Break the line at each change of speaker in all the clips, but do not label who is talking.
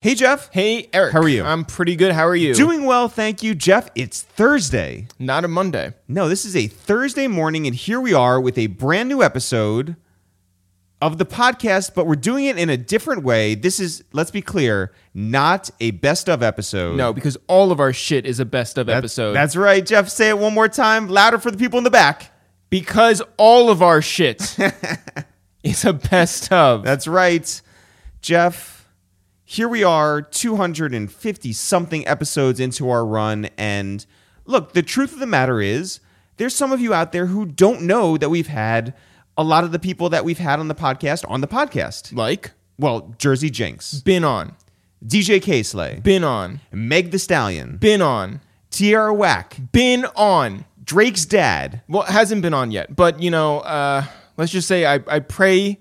Hey, Jeff.
Hey, Eric.
How are you?
I'm pretty good. How are you?
Doing well, thank you, Jeff. It's Thursday.
Not a Monday.
No, this is a Thursday morning, and here we are with a brand new episode of the podcast, but we're doing it in a different way. This is, let's be clear, not a best of episode.
No, because all of our shit is a best of
That's-
episode.
That's right, Jeff. Say it one more time, louder for the people in the back.
because all of our shit is a best of.
That's right. Jeff, here we are, 250 something episodes into our run. And look, the truth of the matter is, there's some of you out there who don't know that we've had a lot of the people that we've had on the podcast on the podcast.
like
Well, Jersey Jinx,
been on,
DJ Casley,
been on,
Meg the Stallion,
been on,
Tierra Whack,
been on.
Drake's dad.
Well, it hasn't been on yet, but you know, uh, let's just say I, I pray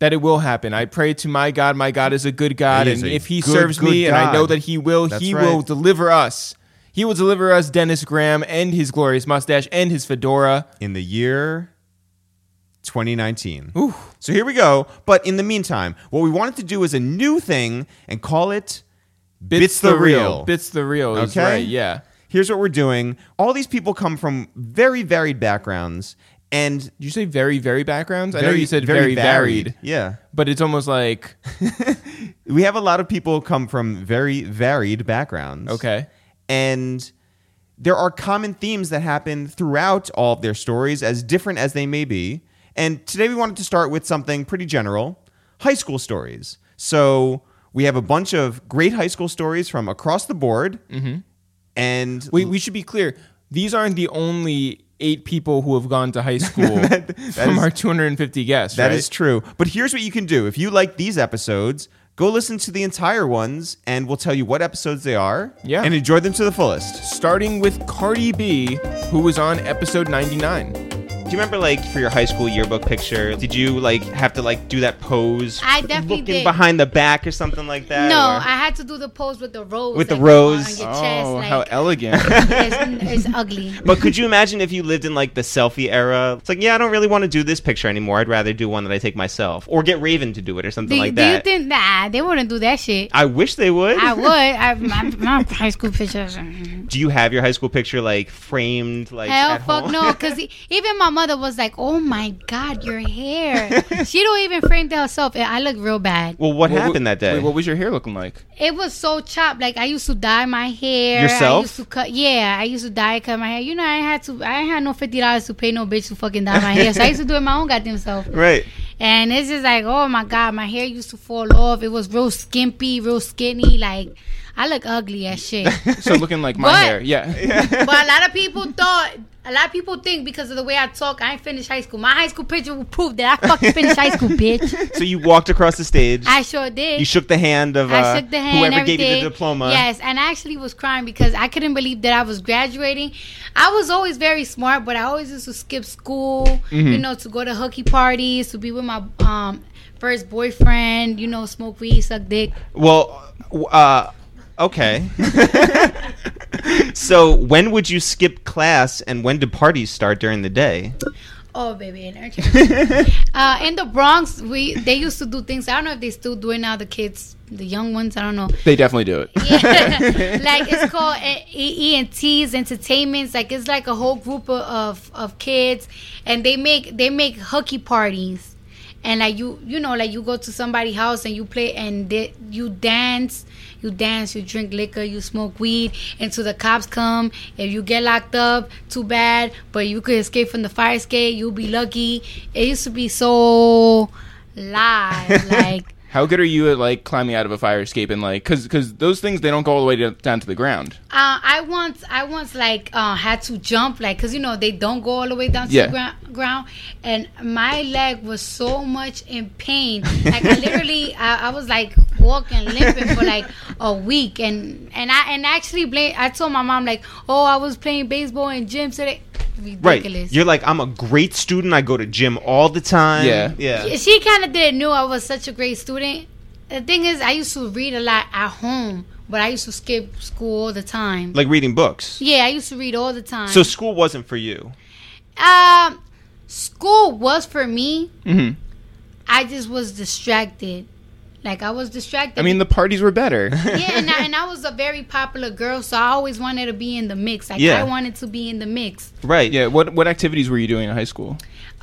that it will happen. I pray to my God. My God is a good God,
He is
and
a
if He
good,
serves
good
me, and I
God.
know that He will,
That's
He
right.
will deliver us. He will deliver us Dennis Graham and his glorious mustache and his fedora.
in the year 2019.
Ooh.
So here we go. But in the meantime, what we wanted to do is a new thing and call it Bits the Real.
Bits the real. Is
Okay?
right. Yeah.
Here's what we're doing. All these people come from very varied backgrounds and
Did you say very, very backgrounds? I know
very-
you said very, varied,
Yeah.
but it's almost like
We have a lot of people come from very varied backgrounds.
okay.
And there are common themes that happen throughout all of their stories, as different as they may be. And today we wanted to start with something pretty general high school stories. So we have a bunch of great high school stories from across the board. And
Mm-hmm. We we should be clear. These aren't the only eight people who have gone to high school from
is-
our 250 guests.
that is
right?
true. But here's what you can do if you like these episodes, go listen to the entire ones, and we'll tell you what episodes they are
Yeah.
and enjoy them to the fullest.
starting with Cardi B, who was on episode 99.
Do you remember, like, for your high school yearbook picture? Did you like have to like do that pose?
I definitely
looking
did.
behind the back or something like that.
No,
or-
I had to do the pose with the rose.
With the
like, on your
rose.
chest,
oh,
like,
how elegant!
it's, it's ugly.
But could you imagine if you lived in like the selfie era? It's like, yeah, I don't really want to do this picture anymore. I'd rather do one that I take myself, or get Raven to do it, or something
Do,
like
do you
that.
think? Nah, they wouldn't do that shit.
I wish they would.
I would. I, my, my high school pictures. mm.
do you have your high school picture like framed? Like
Hell,
at
fuck
home?
no. Because even my mother was like, "Oh my god, your hair." she don't even frame it herself. and I look real bad.
well, what happened that day?
Wait, what was your hair looking like?
It was so chopped. Like I used to dye my hair.
Yourself?
I used to cut. Yeah, I used to dye cut my hair. You know, I had to. I ain't had no fifty dollars to pay no bitch to fucking dye my hair. So I used to do it my own goddamn self.
right.
And it's just like, oh my god, my hair used to fall off. It was real skimpy, real skinny. Like, I look ugly as shit.
So looking like my
What?
hair, yeah.
but a lot of people thought, a lot of people think because of the way I talk, I ain't finished high school. My high school picture will prove that I fucking finished high school, bitch.
So you walked across the stage.
I sure did.
you shook the hand of uh,
I shook the hand.
whoever
everything.
gave you the diploma.
Yes, and I actually was crying because I couldn't believe that I was graduating. I was always very smart, but I always used to skip school,
Mm-hmm.
you know, to go to hooky parties, to be with my um first boyfriend, you know, smoke weed, suck dick.
Well, uh, okay. so when would you skip class and when do parties start during the day?
Oh baby, and uh, in the Bronx, we they used to do things. I don't know if they still do it now. The kids, the young ones, I don't know.
They definitely do it.
Yeah. like it's called E and T's Entertainments. Like it's like a whole group of, of of kids, and they make they make hooky parties, and like you you know like you go to somebody's house and you play and they, you dance, you dance, you drink liquor, you smoke weed, and so the cops come. If you get locked up, too bad, but you could escape from the fire escape. You'll be lucky. It used to be so live, like.
How good are you at like climbing out of a fire escape and like because because those things they don't go all the way to, down to the ground.
Uh, I once, I once like uh, had to jump, like, cause you know they don't go all the way down to
Yeah.
the ground, ground, and my leg was so much in pain, like I literally, I, I was like walking limping for like a week, and and I and actually blame, I told my mom like, oh, I was playing baseball in gym today,
Right.
ridiculous.
You're like, I'm a great student. I go to gym all the time.
Yeah.
Yeah.
she kind of didn't know I was such a great student. The thing is, I used to read a lot at home, but I used to skip school all the time.
Like reading books.
yeah, I used to read all the time.
So school wasn't for you.
Um, school was for me.
Mm-hmm.
I just was distracted. Like I was distracted.
I mean, the parties were better.
yeah, and I, and I was a very popular girl, so I always wanted to be in the mix. Like
Yeah.
I wanted to be in the mix.
Right.
yeah. What what activities were you doing in high school?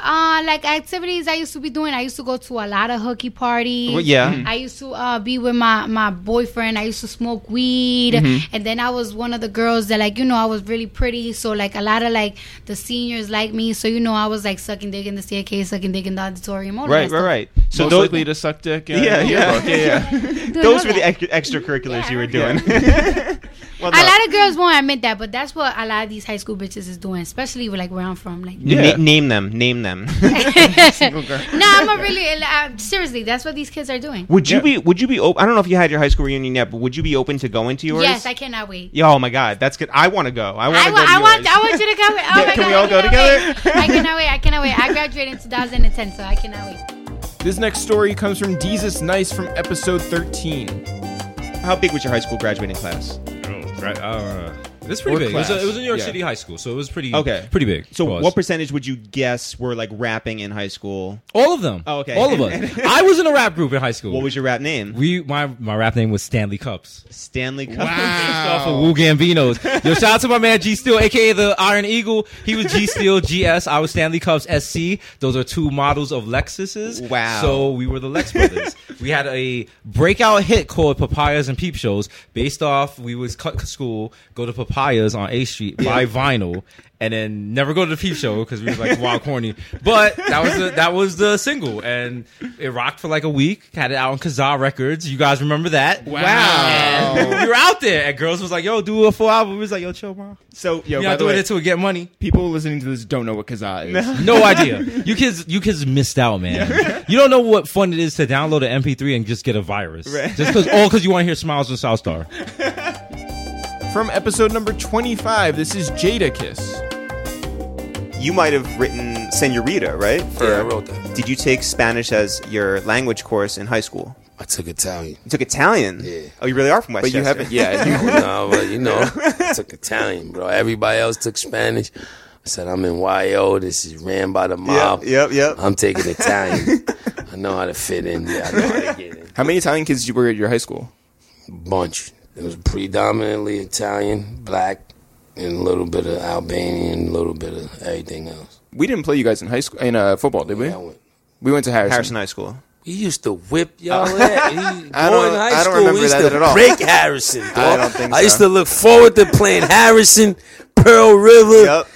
Uh, like activities I used to be doing. I used to go to a lot of hooky parties.
Well, yeah.
I used to uh, be with my, my boyfriend. I used to smoke weed,
Mm-hmm.
and then I was one of the girls that like you know I was really pretty, so like a lot of like the seniors like me. So you know I was like sucking dick in the staircase, sucking dick in the auditorium. All
Right.
that
Right.
stuff.
Right.
So
So
Most
those,
likely to suck dick. uh,
Yeah, yeah.
yearbook. yeah, yeah.
Dude,
those
all
were the
that.
ex- extracurriculars you were
Yeah.
doing. well,
A
no.
lot of girls won't admit that, but that's what a lot of these high school bitches is doing, especially like where I'm from. Like,
Na-
Yeah.
name them. Name them.
no, I'm a really uh, seriously. That's what these kids are doing.
would you
Yeah.
be? Would you be? Op- I don't know if you had your high school reunion yet, but would you be open to going to yours?
Yes, I cannot wait.
Yeah, oh my God, that's good. I want to go. I want
I,
to go.
wa-
to
I
yours.
want I want you to come. Oh
Yeah,
my
can
God,
we all
I
go
cannot wait. I cannot wait. I cannot wait. I graduated in 2010, so I cannot wait.
This next story comes from Jesus Nice from episode thirteen.
How big was your high school graduating class?
Oh, right. Uh, that's
Or
pretty big. It was, a,
class.
it was a New York
Yeah.
City high school, so it was pretty
Okay.
pretty big.
So,
It was.
what percentage would you guess were like rapping in high school?
All of them.
Oh, okay.
All of us. I was in a rap group in high school.
What was your rap name?
we my my rap name was Stanley Cups.
Stanley. Cup.
Based off of Wu Gambino's. Yo, shout out to my man G Steel, aka the Iron Eagle. He was G Steel GS. I was Stanley Cups SC. Those are two models of Lexuses.
Wow.
So we were the Lex brothers. we had a breakout hit called Papayas and Peep Shows, based off we was cut school, go to Papayas on A Street, buy vinyl, and then never go to the Peep Show because we was like wild corny. But that was the, that was the single, and it rocked for like a week. Had it out on Kazaa Records. You guys remember that?
Wow.
And we were out there, and girls was like, "Yo, do a full album." We was like, "Yo, chill, ma.
So, yo,
You're
by
not
the
doing
way,
it till we get money."
People listening to this don't know what Kazaa is.
No idea. You kids, you kids missed out, man. You don't know what fun it is to download an MP3 and just get a virus,
Right.
just because all because you want to hear smiles and South Star.
From episode number twenty-five, this is Jada Kiss.
You might have written Senorita, right? For,
Yeah, I wrote that.
Did you take Spanish as your language course in high school?
I took Italian.
You took Italian.
Yeah.
Oh, you really are from
But
Westchester.
you haven't, yeah, you know, but you know, I took Italian, bro. Everybody else took Spanish. I said, I'm in YO. This is ran by the mob.
Yep, yep.
I'm taking Italian. I know how to fit in. Yeah, I know how to get in.
How many Italian kids you were at your high school?
Bunch. It was predominantly Italian, black, and a little bit of Albanian, a little bit of everything else.
We didn't play you guys in high school in uh, football, did we?
Yeah, I went-
We went to Harrison.
Harrison High School.
We used to whip y'all ass. He-
I
boy,
don't-
in high
I don't
school,
remember
we used
that
to
at all.
break Harrison. Dog.
I don't think
I used
so.
to look forward to playing Harrison, Pearl River,
Yep.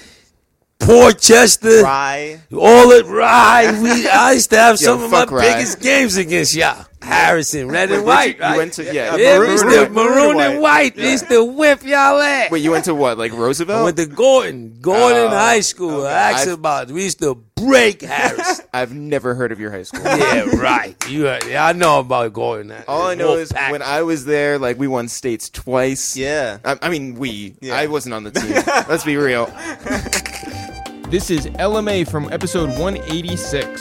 Port Chester,
Rye.
all at Rye. We, I used to have some of my
fuck Rye.
biggest games against y'all. Harrison, red and
Wait,
white.
you,
right?
you went to yeah,
yeah,
maroon,
we used to-
maroon,
maroon
white.
and white. We used to whip y'all ass.
Wait, you went to what? Like Roosevelt?
I went to Gordon, Gordon
Oh,
High School.
okay.
I asked
I've-
about it. We used to break Harrison.
I've never heard of your high school.
yeah, right. You, heard- yeah, I know about Gordon. That
All I know is
Wolfpack.
when I was there, like we won states twice.
Yeah.
I, I mean, we. I wasn't on the team. Let's be real.
This is LMA from episode one eighty-six.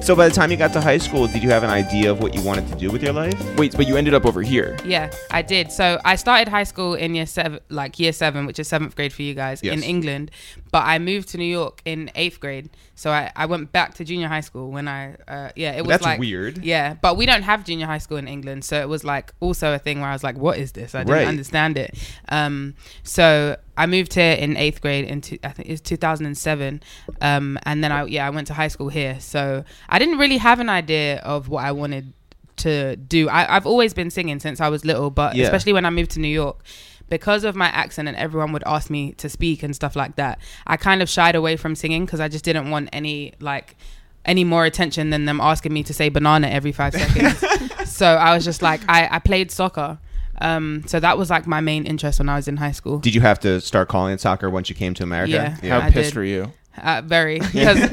so by the time you got to high school, did you have an idea of what you wanted to do with your life?
Wait, but you ended up over here.
Yeah, I did. So I started high school in year seven, like year seven, which is seventh grade for you guys in
Yes.
England. But I moved to New York in eighth grade, so I, I went back to junior high school when I uh, yeah it was
That's
like
weird.
yeah. But we don't have junior high school in England, so it was like also a thing where I was like, what is this? I didn't
Right.
understand it. Um, so I moved here in eighth grade in two, I think it's 2007, um, and then I yeah I went to high school here. So I didn't really have an idea of what I wanted to do. I, I've always been singing since I was little, but
Yeah.
especially when I moved to New York, because of my accent and everyone would ask me to speak and stuff like that, I kind of shied away from singing because I just didn't want any like any more attention than them asking me to say banana every five seconds. so I was just like, I, I played soccer. Um, so that was like my main interest when I was in high school.
Did you have to start calling it soccer once you came to America?
Yeah.
How
I
pissed
did.
were you?
Uh, very. Because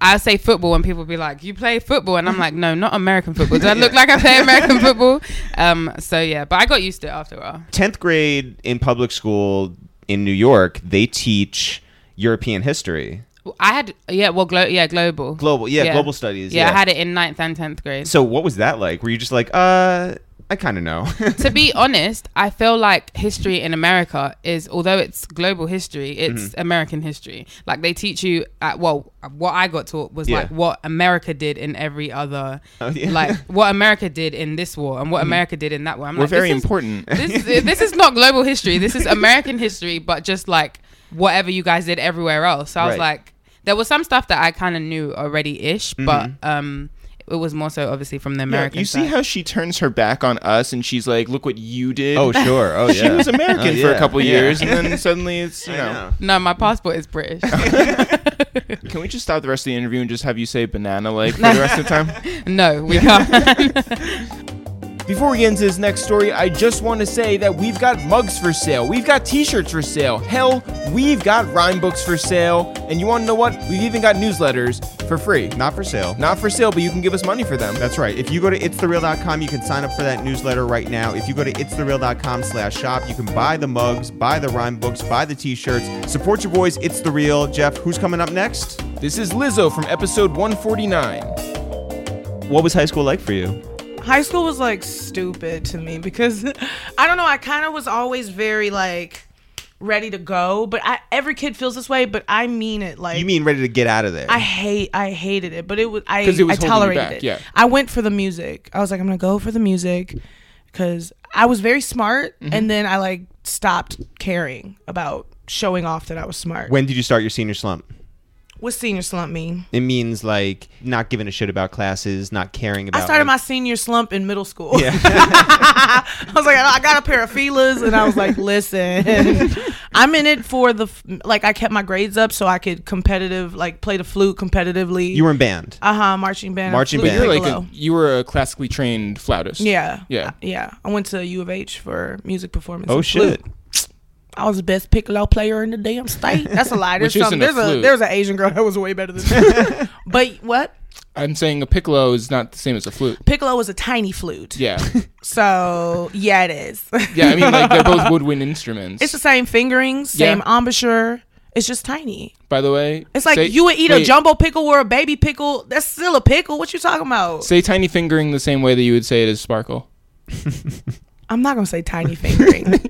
I say football and people be like, you play football? And I'm like, no, not American football. Do I look like I play American football? Um, so yeah, but I got used to it after a while.
10th grade in public school in New York, they teach European history.
Well, I had, yeah, well, glo- yeah, global.
Global- yeah, global studies,
Yeah,
yeah.
I had it in ninth and 10th grade.
So what was that like? Were you just like, uh,
I kind of know.
to be honest, I feel like history in America is, although it's global history, it's American history. Like they teach you, at, well, what I got taught was like
Yeah.
what America did in every other,
yeah.
like what America did in this war and what America did in that war. I'm
We're
like,
very
this is-
important.
this, this is not global history. This is American history, but just like whatever you guys did everywhere else. So I was
Right.
like, there was some stuff that I kind of knew already ish,
Mm-hmm.
but um, it was more so obviously from the
Yeah,
American.
you see
side.
how she turns her back on us and she's like, look what you did.
oh sure. Oh yeah.
She was American
Oh,
for a
yeah.
couple
Yeah.
years and then suddenly it's, you know.
no, my passport is British.
Can we just stop the rest of the interview and just have you say banana like for the rest of the time?
no, we can't.
Before we get into this next story, I just want to say that we've got mugs for sale. We've got t-shirts for sale. Hell, we've got rhyme books for sale. And you want to know what? We've even got newsletters for free.
Not for sale.
Not for sale, but you can give us money for them.
That's right. If you go to itsthereal.com, you can sign up for that newsletter right now. If you go to itsthereal.com slash shop, you can buy the mugs, buy the rhyme books, buy the t-shirts. Support your boys. It's The Real. Jeff, who's coming up next?
This is Lizzo from episode 149.
What was high school like for you?
high school was like stupid to me because I don't know. I kind of was always very like ready to go, but I, every kid feels this way. But I mean it. Like
You mean ready to get out of there.
I hate, I hated it, but it was I,
'Cause it was
I
holding you
tolerated
back,
it.
yeah.
I went for the music. I was like, I'm gonna go for the music because I was very smart,
Mm-hmm.
and then I like stopped caring about showing off that I was smart.
when did you start your senior slump?
What's senior slump mean?
It means like not giving a shit about classes, not caring about.
I started my
like-
senior slump in middle school. I was like, I got a pair of feelers, and I was like, listen, I'm in it for the f- like. I kept my grades up so I could competitive, like play the flute competitively.
You were in band.
uh huh, marching band,
Marching
flute
band. But
You're like
piccolo.
a, you were a classically trained flautist.
yeah, Uh,
Yeah.
yeah. I went to U of H for music performance.
Oh
and
shit!
flute. I was the best piccolo player in the damn state. That's a lie. There's
Which isn't
some.
a
There's a,
flute.
there's an Asian girl that was way better than me. but what?
I'm saying a piccolo is not the same as a flute.
Piccolo was a tiny flute.
Yeah.
So yeah, it is.
Yeah, I mean like they're both woodwind instruments.
It's the same fingerings,
Yeah.
same embouchure. It's just tiny.
by the way.
It's like
say-
you would eat a
wait,
jumbo pickle or a baby pickle. That's still a pickle. What you talking about?
Say tiny fingering the same way that you would say it is sparkle.
I'm not gonna say tiny fingering.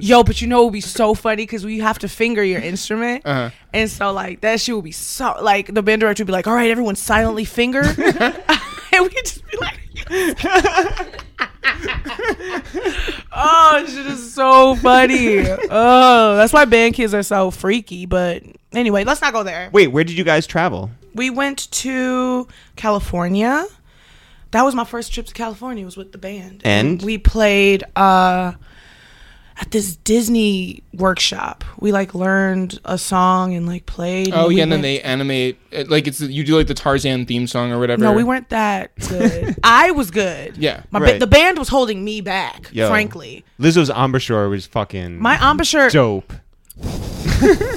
Yo, but you know it would be so funny because we have to finger your instrument,
Uh-huh.
and so like that shit would be so like the band director would be like, "All right, everyone, silently finger," and we just be like. oh, shit is so funny. Oh, that's why band kids are so freaky. But anyway, let's not go there.
Wait, where did you guys travel?
we went to California. That was my first trip to California. Was with the band,
And?
we played uh, at this Disney workshop. We like learned a song and like played.
Oh
we
yeah, and then
went-
they animate it- like it's you do like the Tarzan theme song or whatever.
No, we weren't that good. I was good.
Yeah,
my ba-
right.
the band was holding me back.
Yo. Mm.
Frankly,
Lizzo's embouchure was fucking
my embouchure.
dope.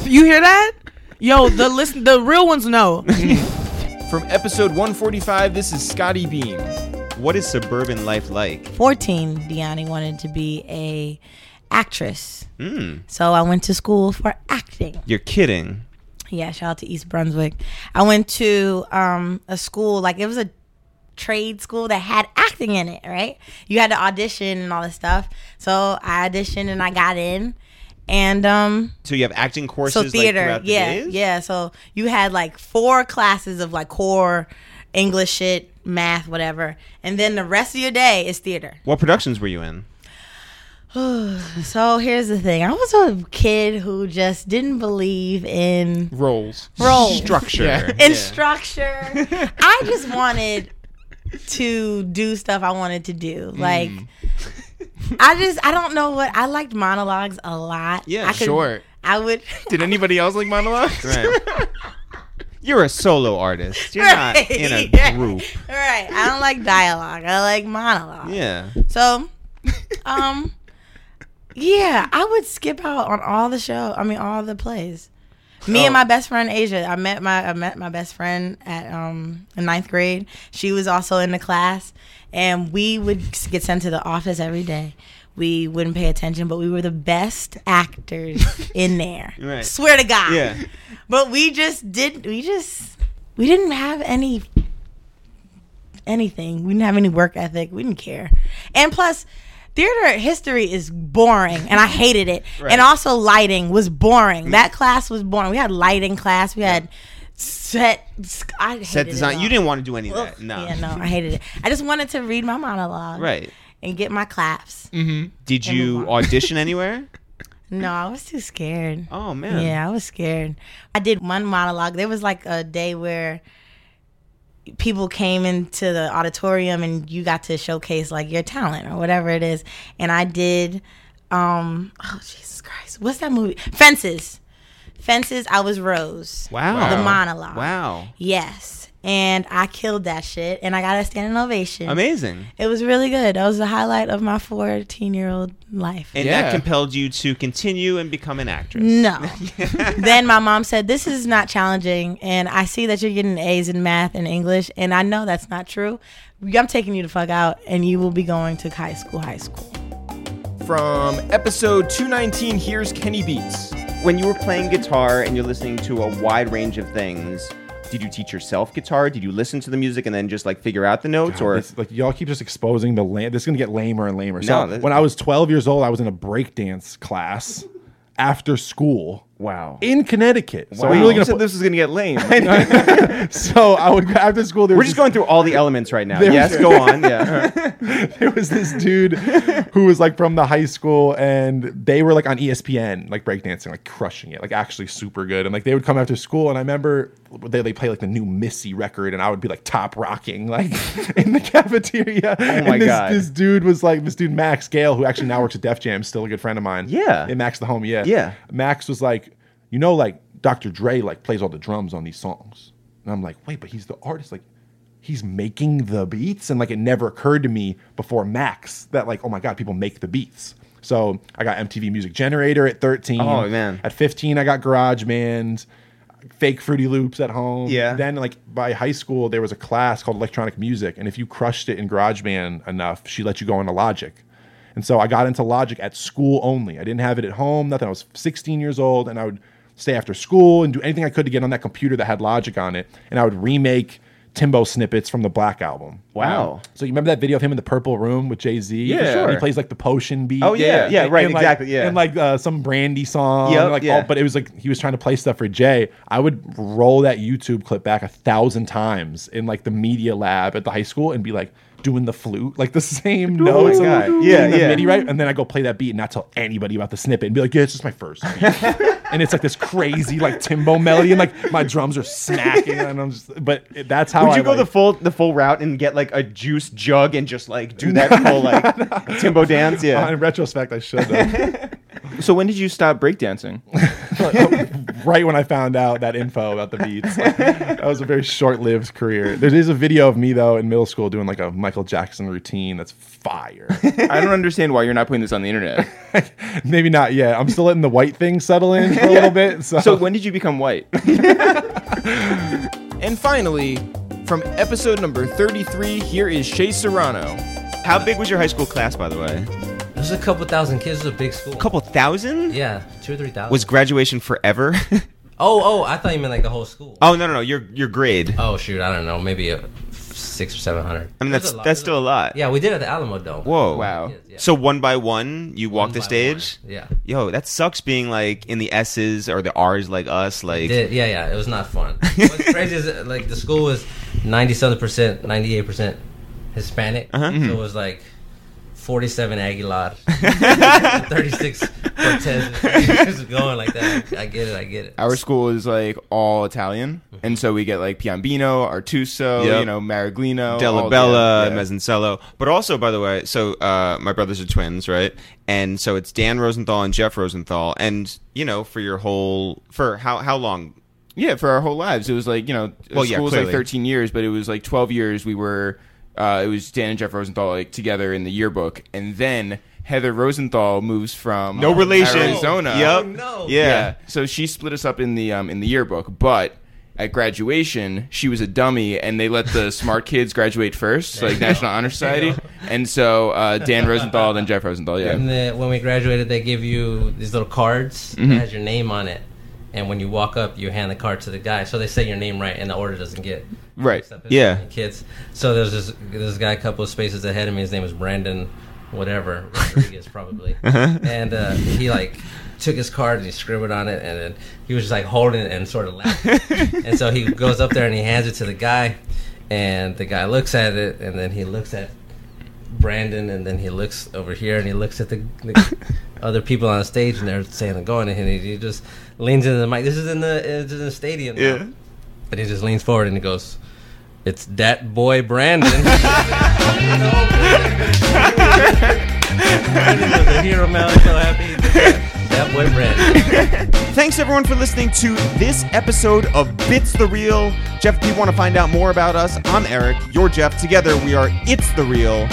You hear that? Yo, the listen, the real ones know.
From episode 145, this is Scotty Beam.
What is suburban life like?
14, Deani wanted to be a actress.
Hmm.
So I went to school for acting.
You're kidding.
Yeah, shout out to East Brunswick. I went to um, a school, like it was a trade school that had acting in it, right? You had to audition and all this stuff. So I auditioned and I got in. And um,
So you have acting courses
so theater,
like, throughout the
yeah,
days?
yeah. So you had like four classes of like core English shit, math, whatever, and then the rest of your day is theater.
What productions were you in?
So here's the thing. I was a kid who just didn't believe in
Rolls.
roles,
Structure.
in structure. I just wanted to do stuff I wanted to do.
Hmm.
Like
Mm.
I just I don't know what I liked monologues a lot.
Yeah,
I could,
Sure.
I would
Did anybody else like monologues?
Right. You're a solo artist. You're not in a
Right.
group.
All right. I don't like dialogue. I like monologue.
Yeah.
So, um, yeah, I would skip out on all the show. I mean, all the plays. Me
Oh.
and my best friend Asia. I met my I met my best friend at um in ninth grade. She was also in the class, and we would s- get sent to the office every day. We wouldn't pay attention, but we were the best actors in there.
Right.
Swear to God.
Yeah.
But we just did. We just we didn't have any anything. We didn't have any work ethic. We didn't care. And plus, theater history is boring, and I hated it. And also, lighting was
Mm.
boring. That class was boring. We had lighting class. We had set. I hated
Set
it
design.
all.
You didn't want to do any of
Ugh.
that. No.
Yeah, no, I hated it. I just wanted to read my monologue.
Right. Mm-hmm.
And get my claps.
Mm-hmm.
Did
And move
you
on.
audition anywhere?
No, I was too scared.
Oh man.
Yeah, I was scared. I did one monologue. There was like a day where people came into the auditorium and you got to showcase like your talent or whatever it is. And I did um oh Jesus Christ. What's that movie? Fences. Fences, I was Rose.
Wow.
Oh.
The monologue.
Wow.
Yes. And I killed that shit and I got a standing ovation.
Amazing.
It was really good. That was the highlight of my 14 year old life.
And
Yeah.
that compelled you to continue and become an actress.
No. then my mom said, This is not challenging. And I see that you're getting A's in math and English. And I know that's not true. I'm taking you the fuck out, and you will be going to high school, high school.
From episode 219, here's Kenny Beats.
When you were playing guitar and you're listening to a wide range of things, did you teach yourself guitar? Did you listen to the music and then just like figure out the notes, or
This- like y'all keep just exposing the lame. This is gonna get lamer and lamer.
No,
So
this-
when I was 12 years old, I was in a breakdance class after school.
Wow.
In Connecticut. So
Wow.
are you really
You
gonna
said
put-
this is going to get lame.
so I would after school. There
We're
was
just
this-
going through all the elements right now.
There-
Yes, go on. Yeah.
there was this dude who was like from the high school and they were like on E ESPN, like breakdancing, like crushing it, like actually super good. And like they would come after school and I remember they, they play like the new Missy record and I would be like top rocking like in the cafeteria. Oh
my
and this,
God.
This dude was like this dude Max Gale, who actually now works at Def Jam, still a good friend of mine.
Yeah.
And Max the homie, yeah.
Yeah.
Max was like, you know, like Dr. Dre like plays all the drums on these songs. And I'm like, wait, but he's the artist. Like, he's making the beats. And like it never occurred to me before Max that like, oh my God, people make the beats. So I got MTV Music Generator at 13.
Oh, man.
At 15, I got GarageBand, fake Fruity Loops at home.
Yeah.
Then like by high school, there was a class called electronic music. And if you crushed it in GarageBand enough, she let you go into Logic. And so I got into Logic at school only. I didn't have it at home, nothing. I was 16 years old and I would stay after school and do anything I could to get on that computer that had Logic on it. And I would remake Timbo snippets from the Black album. Um,
Wow.
So you remember that video of him in the purple room with Jay Z?
Yeah.
And he plays like the potion beat.
Oh, yeah. Yeah, right,
And, like-
exactly, yeah.
And like uh, some Brandy song.
Yep,
and, like,
yeah.
all- but it was like he was trying to play stuff for Jay. I would roll that YouTube clip back a thousand times in like the media lab at the high school and be like doing the flute, like the same notes. and, like,
Oh God. Yeah,
hitting the
yeah.
MIDI right, and then I go play that beat and not tell anybody about the snippet and be like, yeah, it's just my first. beat." and it's like this crazy like Timbo melody and like my drums are smacking and I'm just. But it- that's how
Would
I,
you go
like-
the full the full route and get like a juice jug and just like do that full like Timbo dance?
Uh,
Yeah.
in retrospect, I should have.
So when did you stop breakdancing?
right when I found out that info about the beats, like, that was a very short-lived career. There is a video of me though in middle school doing like a Michael Jackson routine that's fire.
I don't understand why you're not putting this on the internet.
Maybe not yet. I'm still letting the white thing settle in for a little bit. So,
So when did you become white?
And finally, from episode number 33, here is Shay Serrano.
How big was your high school class, by the way?
There's a couple thousand kids. It's a big school.
A couple thousand.
Yeah, two or three thousand.
Was graduation forever?
oh, oh, I thought you meant like the whole school.
oh no no no your your grade.
Oh shoot, I don't know, maybe a six or seven hundred.
I mean that's that's still a lot.
Yeah, we did it at the Alamo Dome.
Whoa.
Wow.
Yeah.
So one by one you walk
One
the
by
stage.
one. Yeah.
Yo, that sucks being like in the S's or the R's like us. Like
Did, yeah, yeah, it was not fun. What's crazy is that, like the school was ninety-seven percent, ninety-eight percent Hispanic,
Uh-huh.
so
Mm-hmm.
it was like forty-seven Aguilar, thirty-six Cortez, just going like that. I get it, I get it. Mm-hmm.
Our school is like all Italian, and so we get like Piombino, Artuso,
Yep.
you know, Maraglino,
Della
all
Bella,
the- yeah.
Mezzincello. But also, by the way, so uh, my brothers are twins, right? And so it's Dan Rosenthal and Jeff Rosenthal. And, you know, for your whole, for how, how long?
Yeah, for our whole lives, it was like you know,
Well, yeah,
school was like
clearly.
thirteen years, but it was like twelve years. We were, uh, it was Dan and Jeff Rosenthal like together in the yearbook, and then Heather Rosenthal moves from
No
um,
relation.
Arizona.
Yep.
no.
Yeah.
yeah. So she split us up in the um, in the yearbook, but at graduation she was a dummy, and they let the smart kids graduate first, like National Honor Society, and so uh, Dan Rosenthal, then Jeff Rosenthal. Yeah. Mm-hmm.
And then when we graduated, they give you these little cards that has your name on it.
and when you walk up, you hand the card to the guy. So they say your name right, and the order doesn't get
Right.
mixed up. It's
Yeah.
like Kids. So there's this this guy a couple of spaces ahead of me. His name is Brandon, whatever Rodriguez probably.
Uh-huh.
And uh, he like took his card and he scribbled on it, and then he was just like holding it and sort of laughing. and so he goes up there and he hands it to the guy, and the guy looks at it, and then he looks at Brandon, and then he looks over here and he looks at the, the other people on the stage, and they're saying and going, and he, he just leans into the mic. This is in the uh, this is in the stadium. now.
Yeah.
And he just leans forward and he goes, "It's that boy Brandon." Brandon was a hero, man. I was so happy. he did That That boy Brandon.
Thanks everyone for listening to this episode of Bits the Real. Jeff, if you want to find out more about us, I'm Eric. You're Jeff. Together we are It's the Real.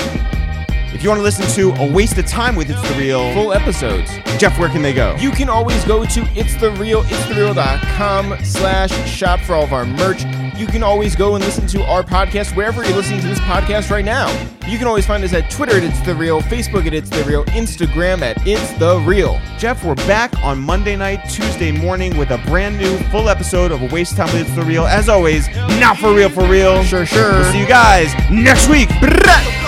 If you want to listen to A Waste of Time with It's the Real,
Full episodes.
Jeff, where can they go?
You can always go to it'sthereal, slash shop for all of our merch. You can always go and listen to our podcast wherever you're listening to this podcast right now. You can always find us at Twitter at It's The Real, Facebook at It's The Real, Instagram at It's The Real.
Jeff, we're back on Monday night, Tuesday morning with a brand new full episode of A Waste of Time with It's the Real. As always, not for real, for real. Sure, sure. We'll see you guys next week. Brrrah.